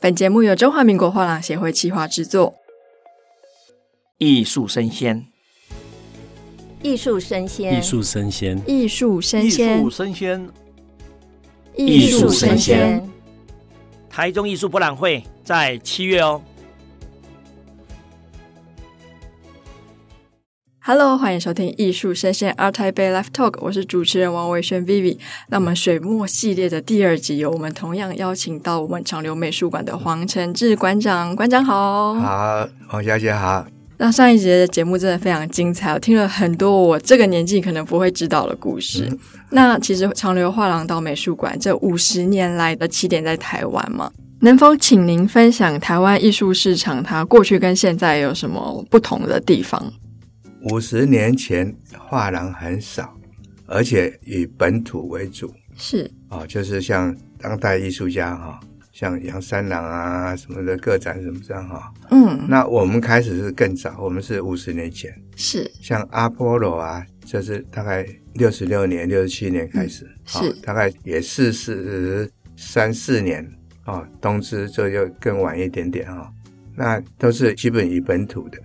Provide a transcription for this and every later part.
本节目由中华民国画廊协会企划制作。艺术生鲜，艺术生鲜，艺术生鲜，艺术生艺鲜术，生鲜，艺术生鲜，鲜，台中艺术博览会在七月哦。 Hello，欢迎收听《艺术生鲜 Art Taipei Live Talk》，我是主持人王维轩 Vivi。那我们水墨系列的第二集，有我们同样邀请到我们长留美术馆的黄承志馆长，馆长好。好，王小姐好。那上一节的节目真的非常精彩，我听了很多我这个年纪可能不会知道的故事。嗯那其实长留画廊到美术馆这五十年来的起点在台湾嘛，能否请您分享台湾艺术市场它过去跟现在有什么不同的地方？五十年前画廊很少，而且以本土为主是啊、哦就是像当代艺术家哈、像杨三郎啊什么的个展什么这样哈、嗯，那我们开始是更早，我们是五十年前，是像阿波罗啊，这是大概六十六年、六十七年开始，是哦大概也是四三四年啊、哦，东芝这就更晚一点点啊、哦那都是基本以本土的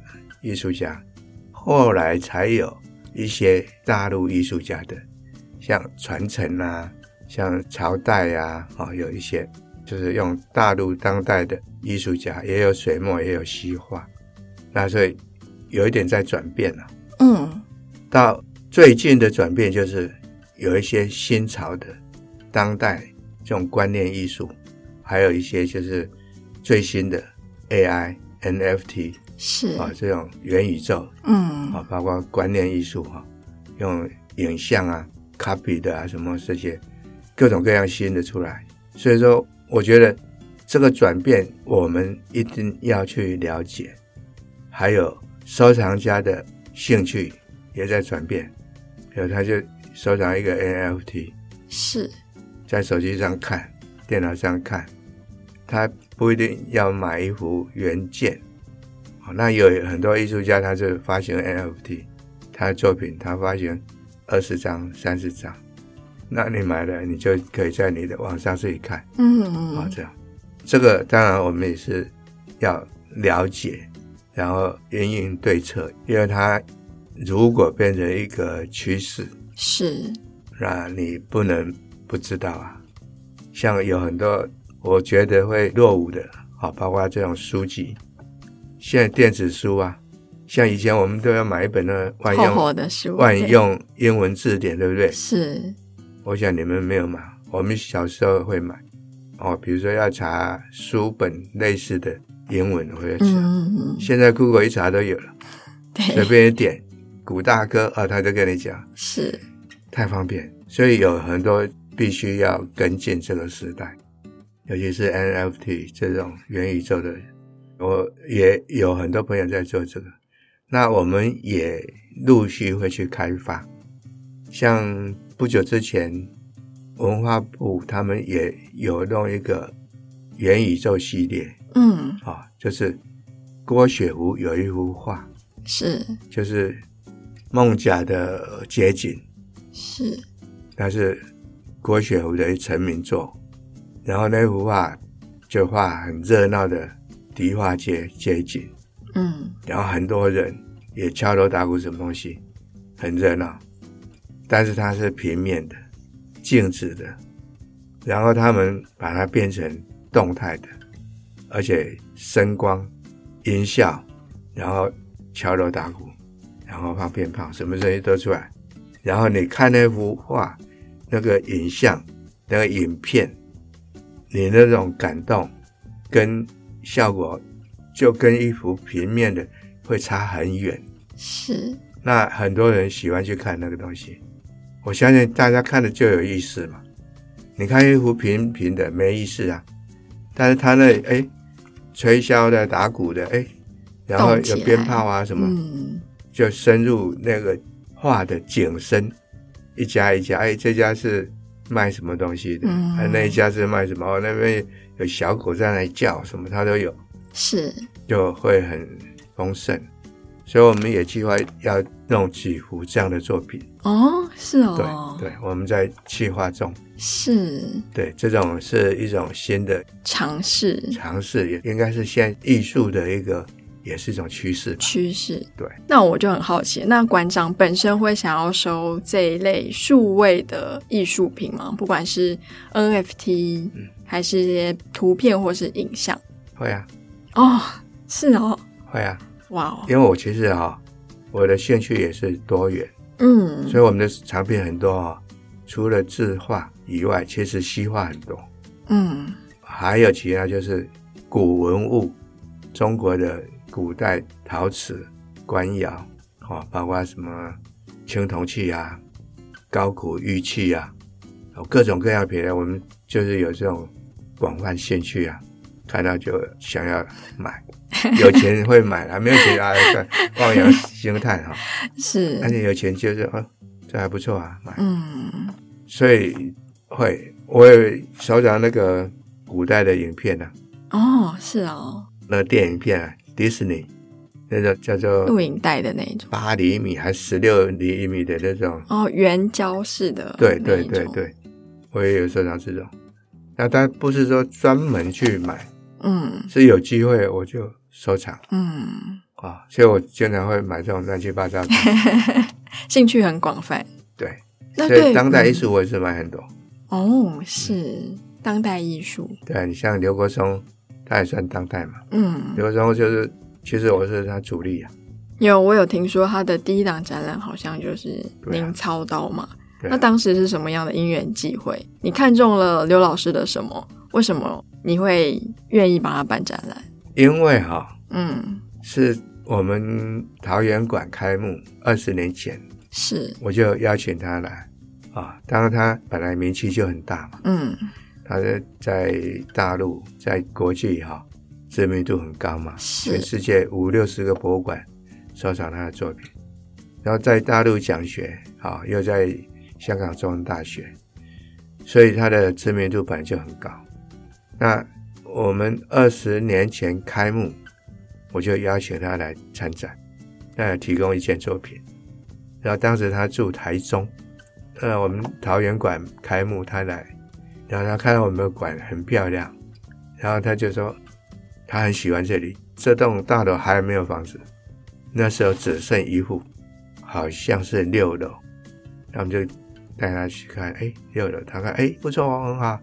艺术家，后来才有一些大陆艺术家的，像传承啊，像朝代啊，哦，有一些就是用大陆当代的艺术家，也有水墨，也有西画，那所以有一点在转变了、嗯到最近的转变就是有一些新潮的当代这种观念艺术，还有一些就是最新的 AI、NFT 是啊、这种元宇宙嗯啊、包括观念艺术哈、用影像啊、copy 的啊什么这些各种各样新的出来。所以说，我觉得这个转变我们一定要去了解，还有收藏家的兴趣也在转变，比如他就收藏一个 NFT，是在手机上看、电脑上看，他不一定要买一幅原件。哦那有很多艺术家，他是发行 NFT，他的作品他发行二十张、三十张，那你买了，你就可以在你的网上自己看。啊、嗯这样，这个当然我们也是要了解，然后因应对策，因为它如果变成一个趋势，是那你不能不知道啊。像有很多我觉得会落伍的，啊，包括这种书籍，现在电子书啊，像以前我们都要买一本那万厚用厚的书，万对用英文字典，对不对？是我想你们没有买，我们小时候会买哦，比如说要查书本类似的英文，我会查。嗯嗯嗯现在 Google 一查都有了，随对便一点，古大哥啊、他就跟你讲，是太方便。所以有很多必须要跟进这个时代，尤其是 NFT 这种元宇宙的，我也有很多朋友在做这个。那我们也陆续会去开发，像不久之前，文化部他们也有弄一个元宇宙系列嗯啊、就是郭雪湖有一幅画，是就是孟甲的街景，是那是郭雪湖的一成名作。然后那幅画就画很热闹的迪化街街景，嗯然后很多人也敲锣打鼓什么东西，很热闹。但是它是平面的、静止的，然后他们把它变成动态的，而且声光、音效，然后敲锣打鼓，然后放鞭炮，什么声音都出来。然后你看那幅画，那个影像、那个影片，你那种感动跟效果，就跟一幅平面的会差很远。是那很多人喜欢去看那个东西，我相信大家看了就有意思嘛。你看一幅平平的没意思啊，但是他那哎吹箫的、打鼓的，哎，然后动起有来鞭炮啊什么，嗯就深入那个画的景深，一家一家，哎，这家是卖什么东西的？嗯啊那一家是卖什么？哦，那边有小狗在那里叫，什么它都有，是就会很丰盛。所以我们也计划要弄几幅这样的作品，哦，是对哦，对，我们在气化中，是对，这种是一种新的尝试尝试，也应该是现在艺术的一个，也是一种趋势吧。趋势。对，那我就很好奇，那馆长本身会想要收这一类数位的艺术品吗？不管是 NFT，、还嗯是一些图片或是影像？会啊，哦，是哦，会啊，哇哦，因为我其实啊、我的兴趣也是多元，嗯，所以我们的产品很多啊、除了字画以外，其实西画很多，嗯，还有其他就是古文物，中国的古代陶瓷、官窑啊、哦，包括什么青铜器啊、高古玉器啊，哦，各种各样的品类，我们就是有这种广泛兴趣啊，看到就想要买，有钱会买啊，没有钱啊，算望洋兴叹哈、是而，且有钱哦就是哦，这还不错啊，买。嗯，所以会，我也收藏那个古代的影片啊，哦，是哦，那个电影片啊，迪士尼那个叫录做影带的那一种，八厘米还十六厘米的那种，哦，圆胶式的，对对对，对，我也有收藏这种。那但不是说专门去买，嗯是有机会我就收藏嗯，啊，所以我经常会买这种乱七八 糟的。兴趣很广泛。对，那所以对当代艺术我也是买很多。哦，是当代艺术，对你像刘国松，他也算当代嘛。嗯，刘国松就是，其实我是他主力啊。有我有听说他的第一档展览好像就是对啊您操刀嘛，对啊那当时是什么样的因缘际会？你看中了刘老师的什么？为什么你会愿意帮他办展览？因为哈、嗯，是我们桃园馆开幕二十年前，是，我就邀请他来啊。当然他本来名气就很大嘛，嗯，他在在大陆在国际哈、知名度很高嘛，是全世界五六十个博物馆收藏他的作品，然后在大陆讲学啊，又在香港中文大学，所以他的知名度本来就很高。那我们二十年前开幕，我就邀请他来参展，那提供一件作品。然后当时他住台中，呃，我们桃园馆开幕，他来，然后他看到我们的馆很漂亮，然后他就说他很喜欢这里，这栋大楼还没有房子，那时候只剩一户，好像是六楼，那我们就带他去看，哎，六楼，他看，哎，不错哦，很好，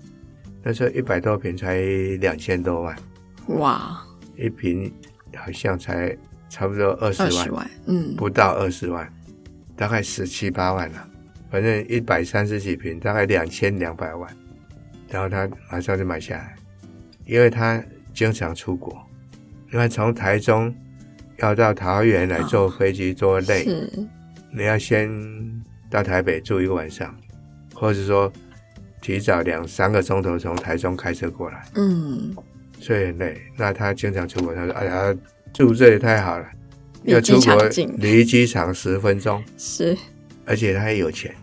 那时候一百多平才两千多万，哇，一平好像才差不多二十二万十，万，嗯，不到二十万，大概十七八万了、反正一百三十几平，大概两千两百万。然后他马上就买下来，因为他经常出国，因为从台中要到桃园来坐飞机多累，是，你要先到台北住一个晚上，或者说提早两三个钟头从台中开车过来。嗯，所以很累。那他经常出国，他说：“哎呀，住这里太好了，离要出机场国近离机场十分钟，是，而且他也有钱，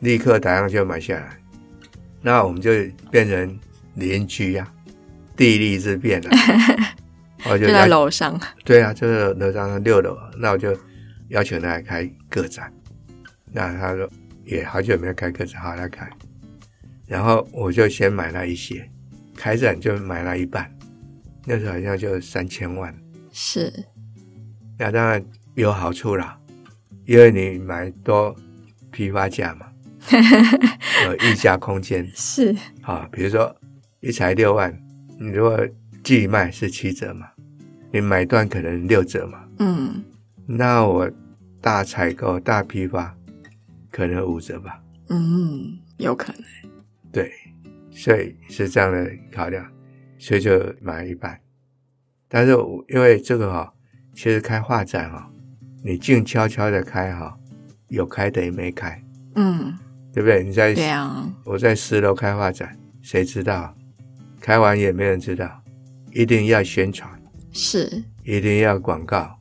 立刻打上就买下来。”那我们就变成邻居呀、地利之变了。我就就在邀楼上，对啊，就是楼上六楼，啊那我就邀请他来开个展。那他说也好久没有开个展，好来开。然后我就先买了一些，开展就买了一半，那时候好像就三千万。是，那当然有好处啦，因为你买多批发价嘛，有溢价空间是，啊。比如说一台六万，你如果寄卖是七折嘛，你买断可能六折嘛。嗯那我大采购、大批发可能五折吧。嗯，有可能，对，所以是这样的考量，所以就买一半。但是我因为这个哈、其实开画展哈、你静悄悄的开哈、有开等于没开，嗯，对不对？你在对啊，我在十楼开画展，谁知道？开完也没人知道，一定要宣传。是一定要广告，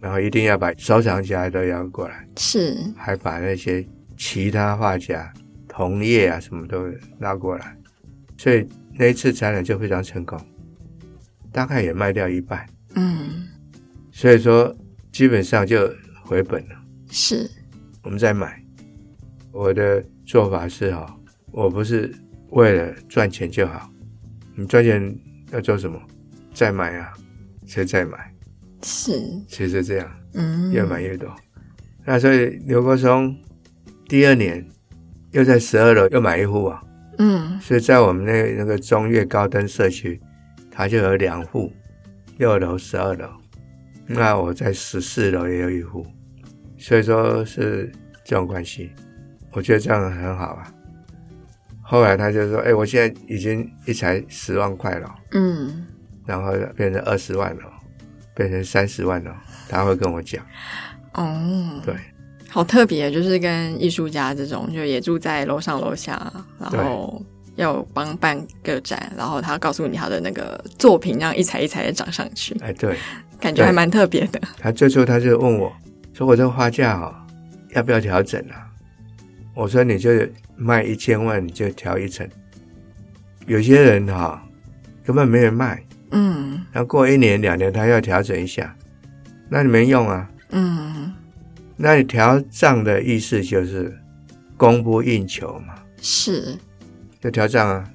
然后一定要把收藏家都邀过来，是，还把那些其他画家、同业啊什么都拉过来，所以那一次展览就非常成功，大概也卖掉一半，嗯所以说基本上就回本了。是，我们再买，我的做法是哈、我不是为了赚钱就好，你赚钱要做什么？再买啊，谁再买？是，谁是这样，嗯，越买越多。那所以刘国松第二年又在十二楼又买一户啊，嗯所以在我们那那个中越高登社区，它就有两户，六楼、十二楼。那我在十四楼也有一户，所以说是这种关系，我觉得这样很好啊。后来他就说：“哎、我现在已经一才十万块了，嗯，然后变成二十万了，变成三十万了。”他会跟我讲，哦，对，好特别，就是跟艺术家这种，就也住在楼上楼下，然后要帮办个展，然后他告诉你他的那个作品，让一彩一彩的长上去，哎，对感觉还蛮特别的。他最初他就问我说：“我这个花价哦，要不要调整啊？”我说：“你就卖一千万，你就调一成。”有些人哈、根本没人卖，嗯然后过一年两年他要调整一下，那你没用啊。嗯，那你调账的意思就是供不应求嘛，是，就调账啊。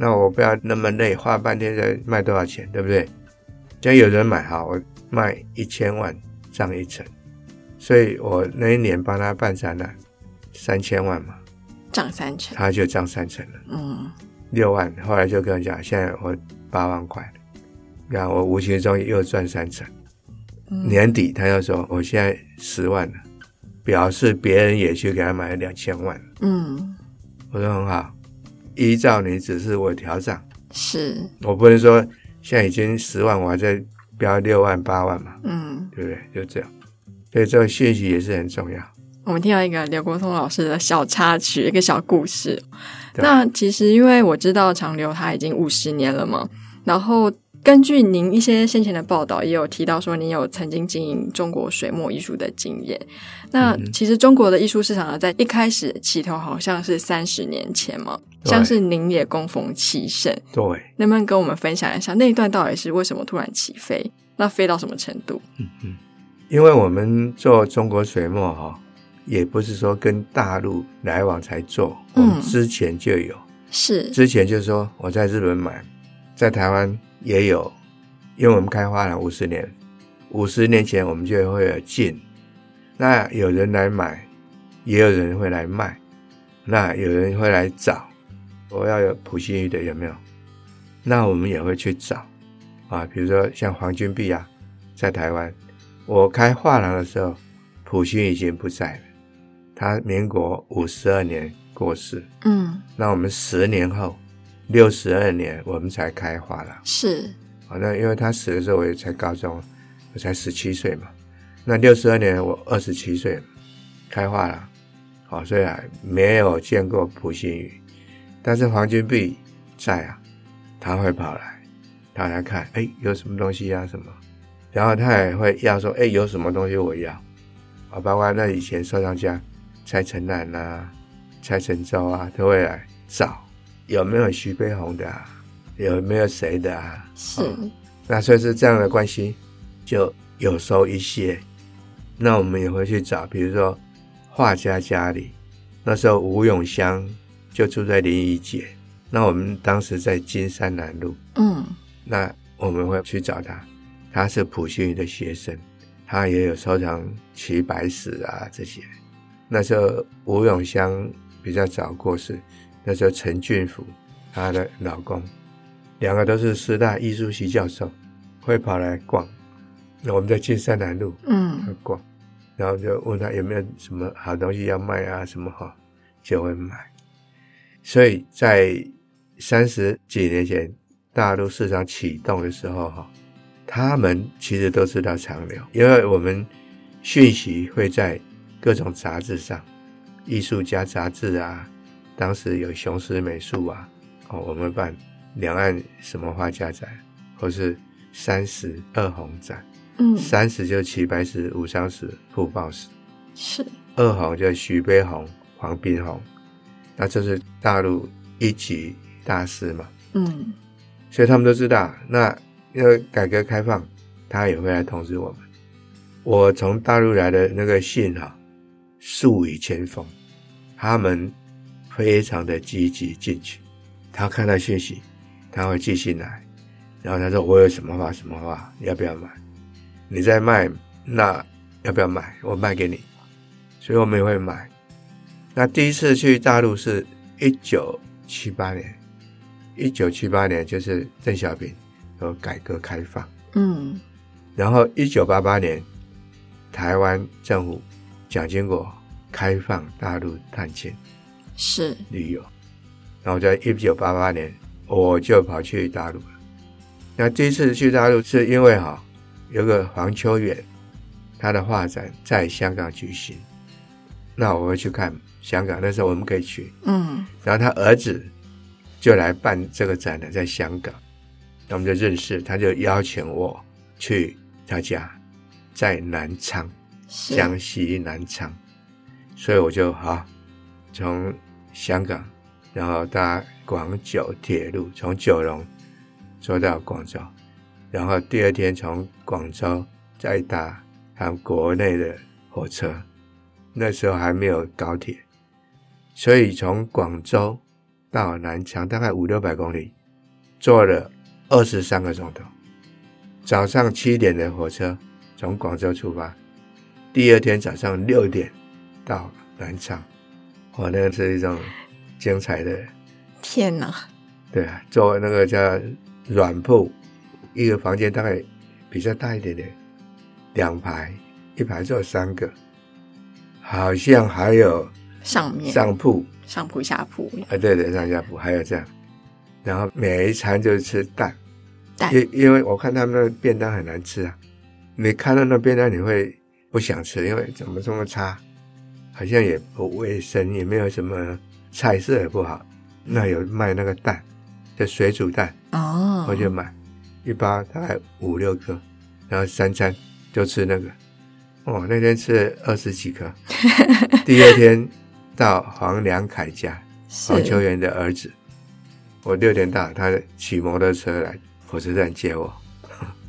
那我不要那么累，花半天才卖多少钱，对不对？只要有人买哈，我卖一千万，涨一成。所以我那一年帮他办展览，三千万嘛，涨三成，他就涨三成了，嗯六万。后来就跟我讲，现在我八万块了，然后我无形中又赚三成。嗯年底他又说，我现在十万了，表示别人也去给他买了两千万。嗯，我说很好，依照你指示我调涨。是，我不能说现在已经十万，我还在标六万八万嘛，嗯，对不对？就这样，所以这个讯息也是很重要。我们听到一个刘国松老师的小插曲，一个小故事。对那其实因为我知道长流他已经五十年了嘛，然后根据您一些先前的报道，也有提到说您有曾经经营中国水墨艺术的经验。那嗯哼其实中国的艺术市场呢，在一开始起头好像是三十年前嘛，对像是您也供逢其盛，对，能不能跟我们分享一下那一段到底是为什么突然起飞？那飞到什么程度？因为我们做中国水墨哈、也不是说跟大陆来往才做，我嗯们之前就有，是，之前就是说我在日本买，在台湾也有，因为我们开花了五十年，五十年前我们就会有进，那有人来买，也有人会来卖，那有人会来找，我要有普信玉的有没有？那我们也会去找啊，比如说像黄金碧啊，在台湾，我开画廊的时候，普信已经不在了，他民国五十二年过世。嗯，那我们十年后，六十二年我们才开花了。是，好，那因为他死的时候我也才高中，我才十七岁嘛。那六十二年我二十七岁了开化了，好，所以啊没有见过普信鱼，但是黄金币在啊，他会跑来，他来看，哎，有什么东西啊什么，然后他也会要说，哎，有什么东西我要，啊，包括那以前收藏家蔡成南啊、蔡成洲啊，都会来找有没有徐悲鸿的、啊，有没有谁的啊，是，嗯那所以是这样的关系，就有收一些。那我们也会去找，比如说画家家里，那时候吴永香就住在临沂街，那我们当时在金山南路，嗯，那我们会去找他，他是普信的学生，他也有收藏齐白石啊这些。那时候吴永香比较早过世，那时候陈俊甫她的老公，两个都是师大艺术系教授，会跑来逛。那我们在金山南路，嗯，逛，然后就问他有没有什么好东西要卖啊什么哈，就会买。所以在三十几年前大陆市场启动的时候哈，他们其实都知道长流，因为我们讯息会在各种杂志上，艺术家杂志啊，当时有雄狮美术啊，哦，我们办两岸什么画家展，或是三十二红展。嗯，三十就是齐白石、武昌石、傅抱石，是，二红就是徐悲鸿、黄宾虹，那这是大陆一级大师嘛，嗯，所以他们都知道。那因为改革开放，他也会来通知我们。我从大陆来的那个信哈、数以千封，他们非常的积极进取。他看到讯息，他会寄信来，然后他说：“我有什么话什么话，要不要买？你在卖，那要不要买？我卖给你。”所以我们也会买。那第一次去大陆是一九七八年，一九七八年就是邓小平有改革开放。嗯然后一九八八年，台湾政府蒋经国开放大陆探亲是旅游，然后在一九八八年我就跑去大陆了。那第一次去大陆是因为哈、有个黄秋远，他的画展在香港举行，那我会去看香港，那时候我们可以去。嗯然后他儿子就来办这个展览，在香港，那我们就认识，他就邀请我去他家，在南昌，是江西南昌，所以我就啊，从香港，然后搭广九铁路，从九龙坐到广州，然后第二天从广州再搭他们国内的火车，那时候还没有高铁，所以从广州到南昌大概五六百公里，坐了二十三个钟头。早上七点的火车从广州出发，第二天早上六点到南昌。哇，那个是一种精彩的，天哪，对啊，坐那个叫软铺，一个房间大概比较大一点点，两排，一排坐三个，好像还有上面上铺。上铺下铺啊，对对，上下铺还有这样，然后每一餐就吃蛋，蛋因因为我看他们的便当很难吃啊，你看到那便当你会不想吃，因为怎么这么差，好像也不卫生，也没有什么菜色也不好。那有卖那个蛋，就水煮蛋，哦，我就买一包，大概五六颗，然后三餐就吃那个。哦，那天吃了二 十几颗，第二天到黄良凯家，黄秋是元的儿子。我六点到，他骑摩托车来火车站接我，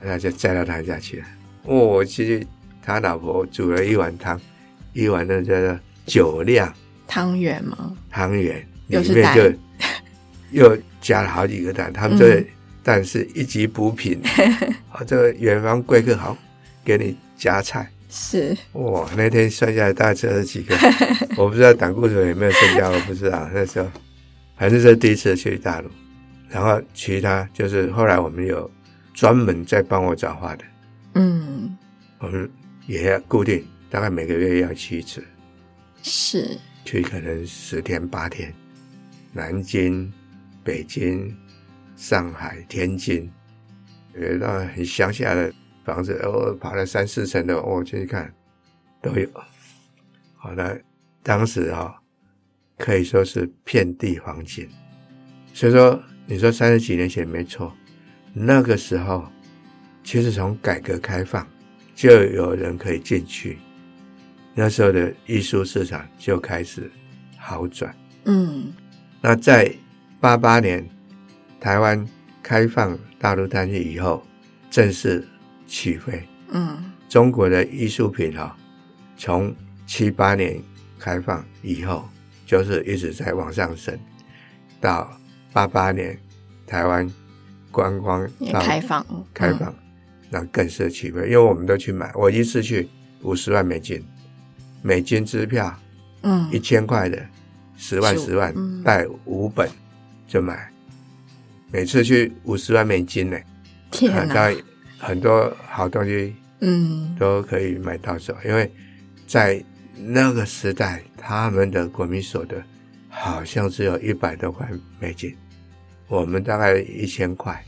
那就载到他家去了。哦，我去他老婆煮了一碗汤，一碗那叫做酒酿汤圆吗？汤圆，里又是面蛋就又加了好几个蛋。他们这嗯蛋是一级补 品，啊，这个远方贵客好给你夹菜。是哇，那天算下来大概吃二十几个，我不知道胆固醇有没有增加，我不知道那时候，反正是第一次去大陆，然后其他就是后来我们有专门在帮我找画的，嗯我们也要固定，大概每个月要去一次，是去可能十天八天，南京、北京、上海、天津，有到很乡下的房子，偶尔爬了三四层的，我、进去看，都有。好了，当时啊、可以说是遍地黄金。所以说，你说三十几年前没错，那个时候其实从改革开放就有人可以进去，那时候的艺术市场就开始好转。嗯那在八八年台湾开放大陆单据以后，正式起飞。嗯中国的艺术品哈、从七八年开放以后，就是一直在往上升，到八八年台湾观光也到开放开嗯放，那更是起飞，因为我们都去买，我一次去五十万美金，美金支票嗯一千块的，十万15十万嗯带五本就买，每次去五十万美金呢，天啊当哪然很多好东西嗯都可以买到手，因为在那个时代，他们的国民所得好像只有一百多块美金，我们大概一千块，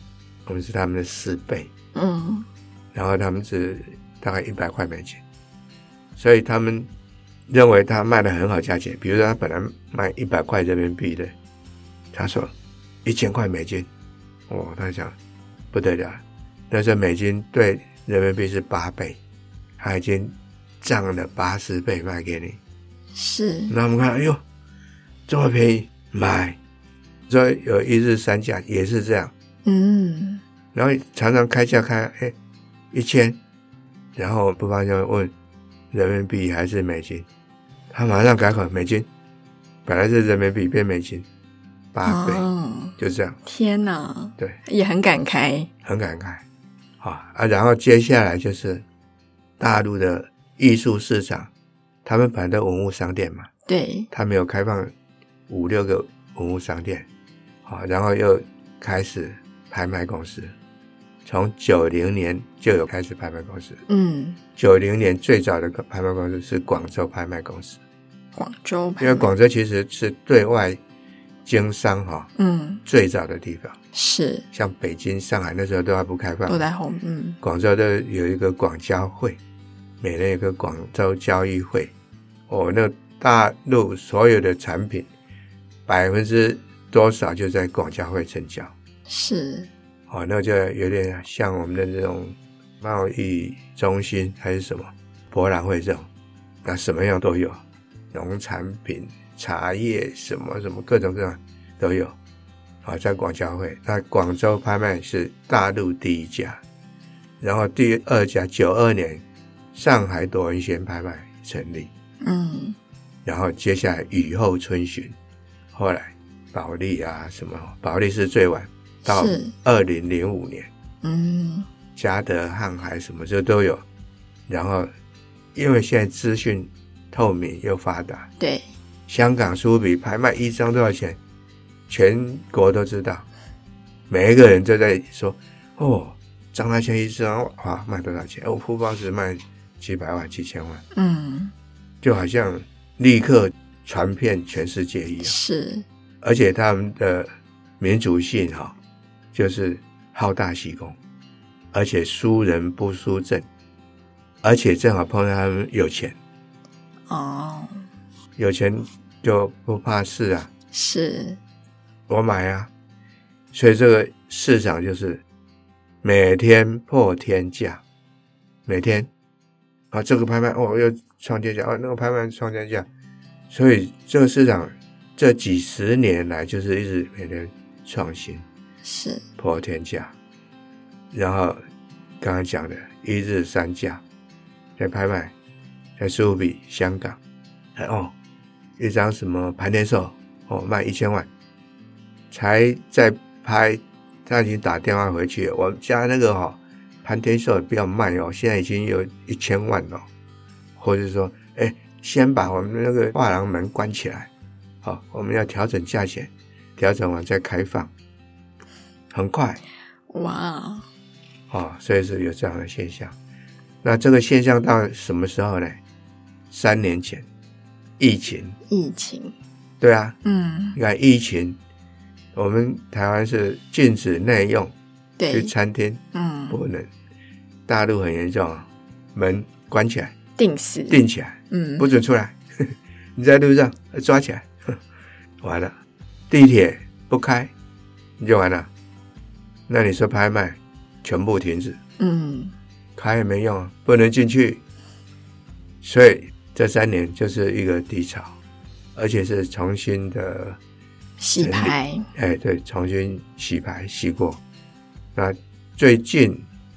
我们是他们的四倍，嗯然后他们只大概一百块美金，所以他们认为他卖的很好价钱，比如说他本来卖一百块人民币的，他说一千块美金，哦，他想不得了，那时候美金对人民币是八倍，他已经涨了八十倍卖给你，是那我们看，哎呦，这么便宜，买，所以有一日三价也是这样，嗯然后常常开价开哎一千，然后不方就会问人民币还是美金，他马上改口美金，本来是人民币变美金，八倍，哦，就这样，天哪，对，也很感慨。很感慨啊啊！然后接下来就是大陆的艺术市场，他们本来的文物商店嘛，对，他们有开放五六个文物商店，啊，然后又开始拍卖公司，从九零年就有开始拍卖公司，嗯，九零年最早的拍卖公司是广州拍卖公司，广州吧，因为广州其实是对外经商哈、嗯最早的地方，是像北京、上海那时候都还不开放，都在后面，嗯广州的有一个广交会，每年有一个广州交易会，哦，那大陆所有的产品百分之多少就在广交会成交，是，哦，那就有点像我们的这种贸易中心还是什么博览会这种，那什么样都有，农产品、茶叶什么什么各种各样都有，啊，在广交会，那广州拍卖是大陆第一家，然后第二家九二年上海朵云轩拍卖成立，嗯然后接下来雨后春笋，后来保利啊什么，保利是最晚，到是二零零五年。嗯嘉德、瀚海什么这都有。然后，因为现在资讯透明又发达，对，香港书比拍卖一张多少钱，全国都知道，每一个人都在说：“哦，张大千一张啊卖多少钱？哦，傅抱石卖几百万、几千万。嗯”就好像立刻传遍全世界一样。是，而且他们的民族性哈、就是好大喜功，而且输人不输阵，而且正好碰到他们有钱，哦有钱就不怕事啊，是，我买啊，所以这个市场就是每天破天价，每天啊这个拍卖哦又创天价，哦那个拍卖创天价，所以这个市场这几十年来就是一直每天创新。是破天价，然后刚刚讲的一日三价，在拍卖，在苏比香港，哎哦，一张什么盘天兽哦卖一千万，才在拍，他已经打电话回去，我们家那个哈、哦、盘天兽不要卖哦，现在已经有一千万了、或者说哎先把我们那个画廊门关起来，好、我们要调整价钱，调整完再开放。很快哇，啊、哦，所以是有这样的现象。那这个现象到什么时候呢？三年前，疫情，疫情，对啊，嗯你看疫情，我们台湾是禁止内用，去对，餐厅嗯不能，大陆很严重啊，门关起来，定死，定起来，嗯不准出来， 你在路上呃抓起来， 完了，地铁不开，你就完了。那你说拍卖，全部停止。嗯开也没用啊，不能进去。所以这三年就是一个低潮，而且是重新的，洗整理牌，哎，对，重新洗牌洗过。那最近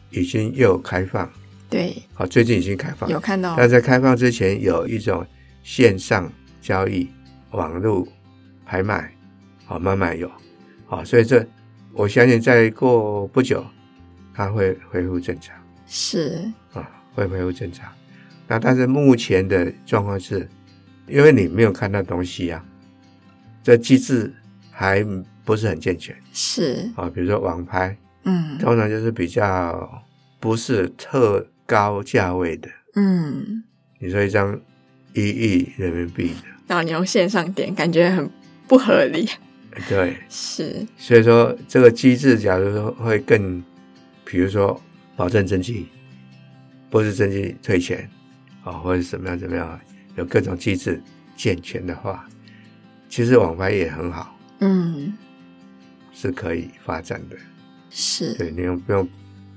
已经又开放，对，好，最近已经开放有，看到，但在开放之前有一种线上交易、网络拍卖，好，慢慢有，好，所以这我相信再过不久，它会恢复正常。是啊，会恢复正常。那但是目前的状况是，因为你没有看到东西啊，这机制还不是很健全是，啊。比如说网拍，嗯通常就是比较不是特高价位的，嗯，你说一张一亿人民币的，然后你用线上点，感觉很不合理，对，是，所以说这个机制，假如说会更，比如说保证征集，不是征集退钱啊、或者怎么样怎么样，有各种机制健全的话，其实网拍也很好，嗯是可以发展的。是，对，你用不用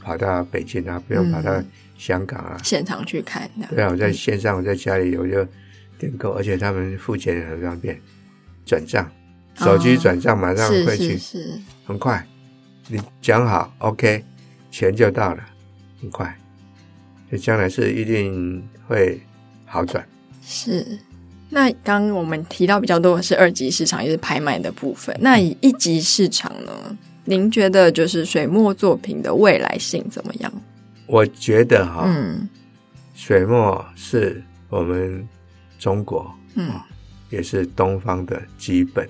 跑到北京啊，不用跑到嗯香港啊？现场去看的，对啊，我在线上，我在家里我就订购，而且他们付钱也很方便，转账，手机哦转账马上是会是去。是，很快，你讲好 OK，钱就到了，很快，所以将来是一定会好转。是，那刚刚我们提到比较多的是二级市场，也是拍卖的部分。那以一级市场呢？您觉得就是水墨作品的未来性怎么样？我觉得哈、嗯水墨是我们中国嗯，啊也是东方的基本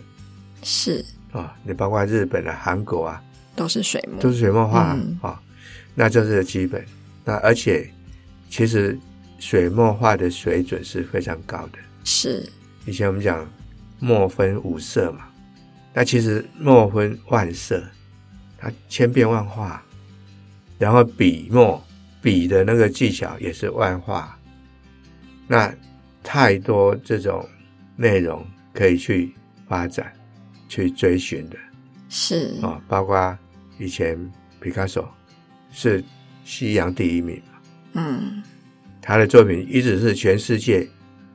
是啊，你包括日本啊、韩国啊，都是水墨，都是水墨画啊、嗯那这是基本。那而且其实水墨画的水准是非常高的。是以前我们讲墨分五色嘛，那其实墨分万色，它千变万化，然后笔墨笔的那个技巧也是万化，那太多这种内容可以去发展、去追寻的是啊、哦包括以前皮卡索是西洋第一名嘛，嗯他的作品一直是全世界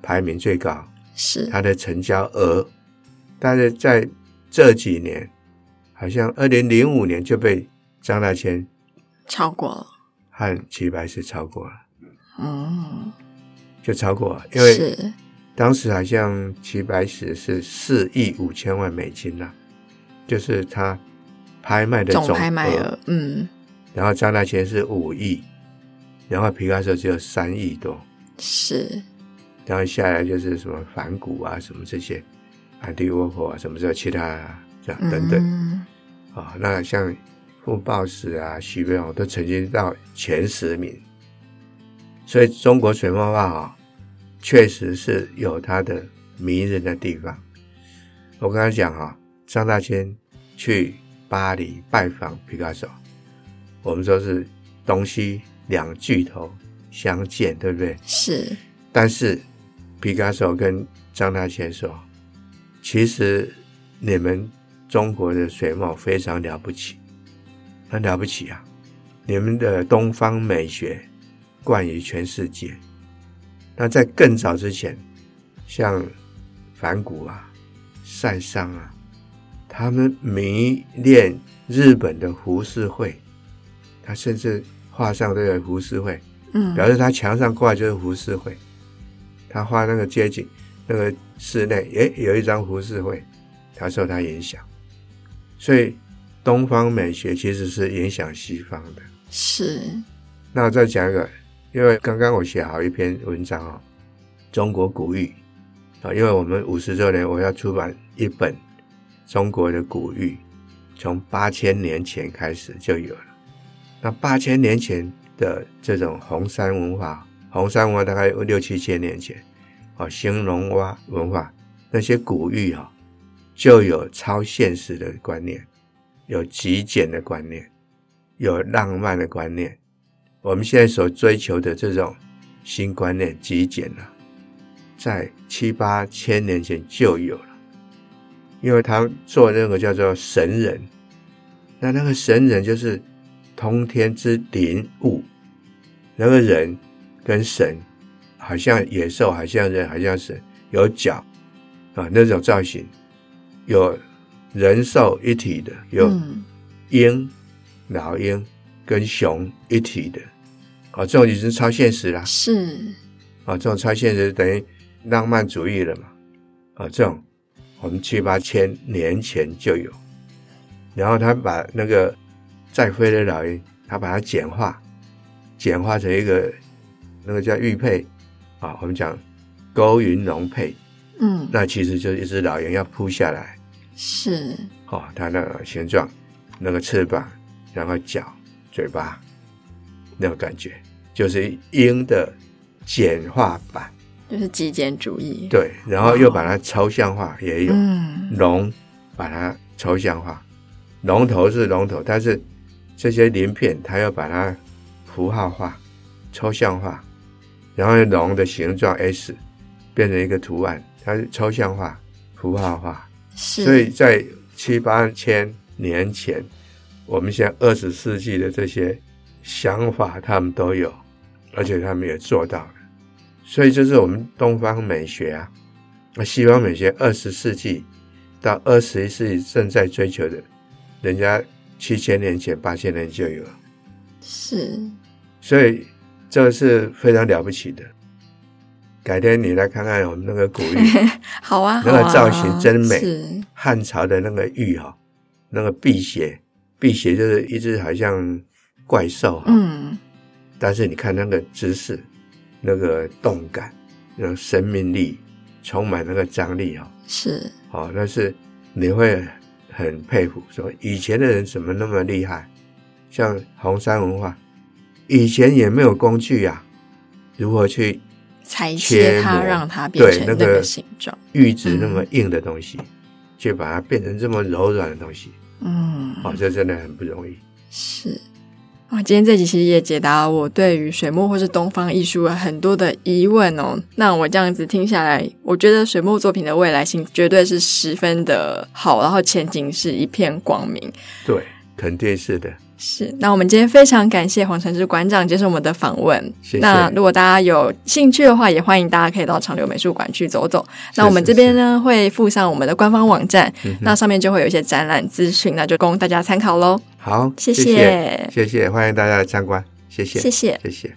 排名最高。是它的成交额，但是在这几年，好像二零零五年就被张大千超过了，和齐白石超过了，嗯，就超过了，因为是当时好像齐白石是四亿五千万美金呐、就是他拍卖的总总拍卖额，额，嗯然后张大千是五亿，然后皮卡丘只有三亿多，是然后下来就是什么梵谷啊，什么这些，安迪沃霍啊，什么这其他、啊、这样等等。嗯啊、那像傅抱石啊、徐悲鸿都曾经到前十名，所以中国水墨画啊，确实是有它的迷人的地方。我刚才讲啊，张大千去巴黎拜访皮卡索，我们说是东西两巨头相见，对不对？是但是皮卡索跟张大千说，其实你们中国的水墨非常了不起，很了不起啊！你们的东方美学冠于全世界。那在更早之前，像梵谷啊、塞尚啊，他们迷恋日本的浮世绘，他甚至画上这个浮世绘，嗯表示他墙上挂就是胡适会，他画那个街景、那个室内，诶，有一张胡适会，他受他影响，所以东方美学其实是影响西方的。是那我再讲一个，因为刚刚我写好一篇文章哦，中国古玉啊，因为我们五十周年，我要出版一本中国的古玉，从八千年前开始就有了。那八千年前的这种红山文化，红山文化大概有六七千年前，哦，兴隆蛙文化那些古玉啊、就有超现实的观念，有极简的观念，有浪漫的观念。我们现在所追求的这种新观念极简啊，在七八千年前就有了，因为他做那个叫做神人，那那个神人就是通天之灵物，那个人跟神好像野兽，好像人，好像神，有角啊那种造型，有人兽一体的，有嗯鹰、老鹰跟熊一体的，啊、这种已经超现实了，啊、是这种超现实等于浪漫主义了嘛，啊、这种我们七八千年前就有，然后他把那个在飞的老鹰，他把它简化，简化成一个那个叫玉佩，啊，我们讲勾云龙佩，嗯那其实就是一只老鹰要扑下来，是哦，它那个形状、那个翅膀，然后脚、嘴巴，那种感觉，就是鹰的简化版。就是极简主义，对，然后又把它抽象化，也有、嗯龙，把它抽象化。龙头是龙头，但是这些鳞片，它要把它符号化、抽象化，然后龙的形状 S 变成一个图案，它是抽象化、符号化。是，所以在七八千年前，我们现在二十世纪的这些想法，他们都有，而且他们也做到了。所以这是我们东方美学啊，那西方美学二十世纪到二十一世纪正在追求的，人家七千年前、八千年就有了，是所以这是非常了不起的。改天你来看看我们那个古玉好啊，那个好啊造型真美是汉朝的那个玉哈、那个辟邪，辟邪就是一只好像怪兽哈、嗯，但是你看那个姿势，那个动感，那种生命力，充满那个张力哈、是哦，但是你会很佩服，说以前的人怎么那么厉害？像红山文化，以前也没有工具呀、如何去裁切切它，磨让它变对成那那个个形状。嗯玉质那么硬的东西，却把它变成这么柔软的东西？嗯，哦，这真的很不容易。是。哇，今天这集其实也解答了我对于水墨或是东方艺术有很多的疑问哦。那我这样子听下来，我觉得水墨作品的未来性绝对是十分的好，然后前景是一片光明。对，肯定是的。是，那我们今天非常感谢黄承志馆长接受我们的访问。谢谢那如果大家有兴趣的话，也欢迎大家可以到长留美术馆去走走。那我们是这是边呢会附上我们的官方网站，嗯哼那上面就会有一些展览资讯，那就供大家参考喽。好，谢谢谢谢谢，欢迎大家来参观，谢谢，谢谢谢谢。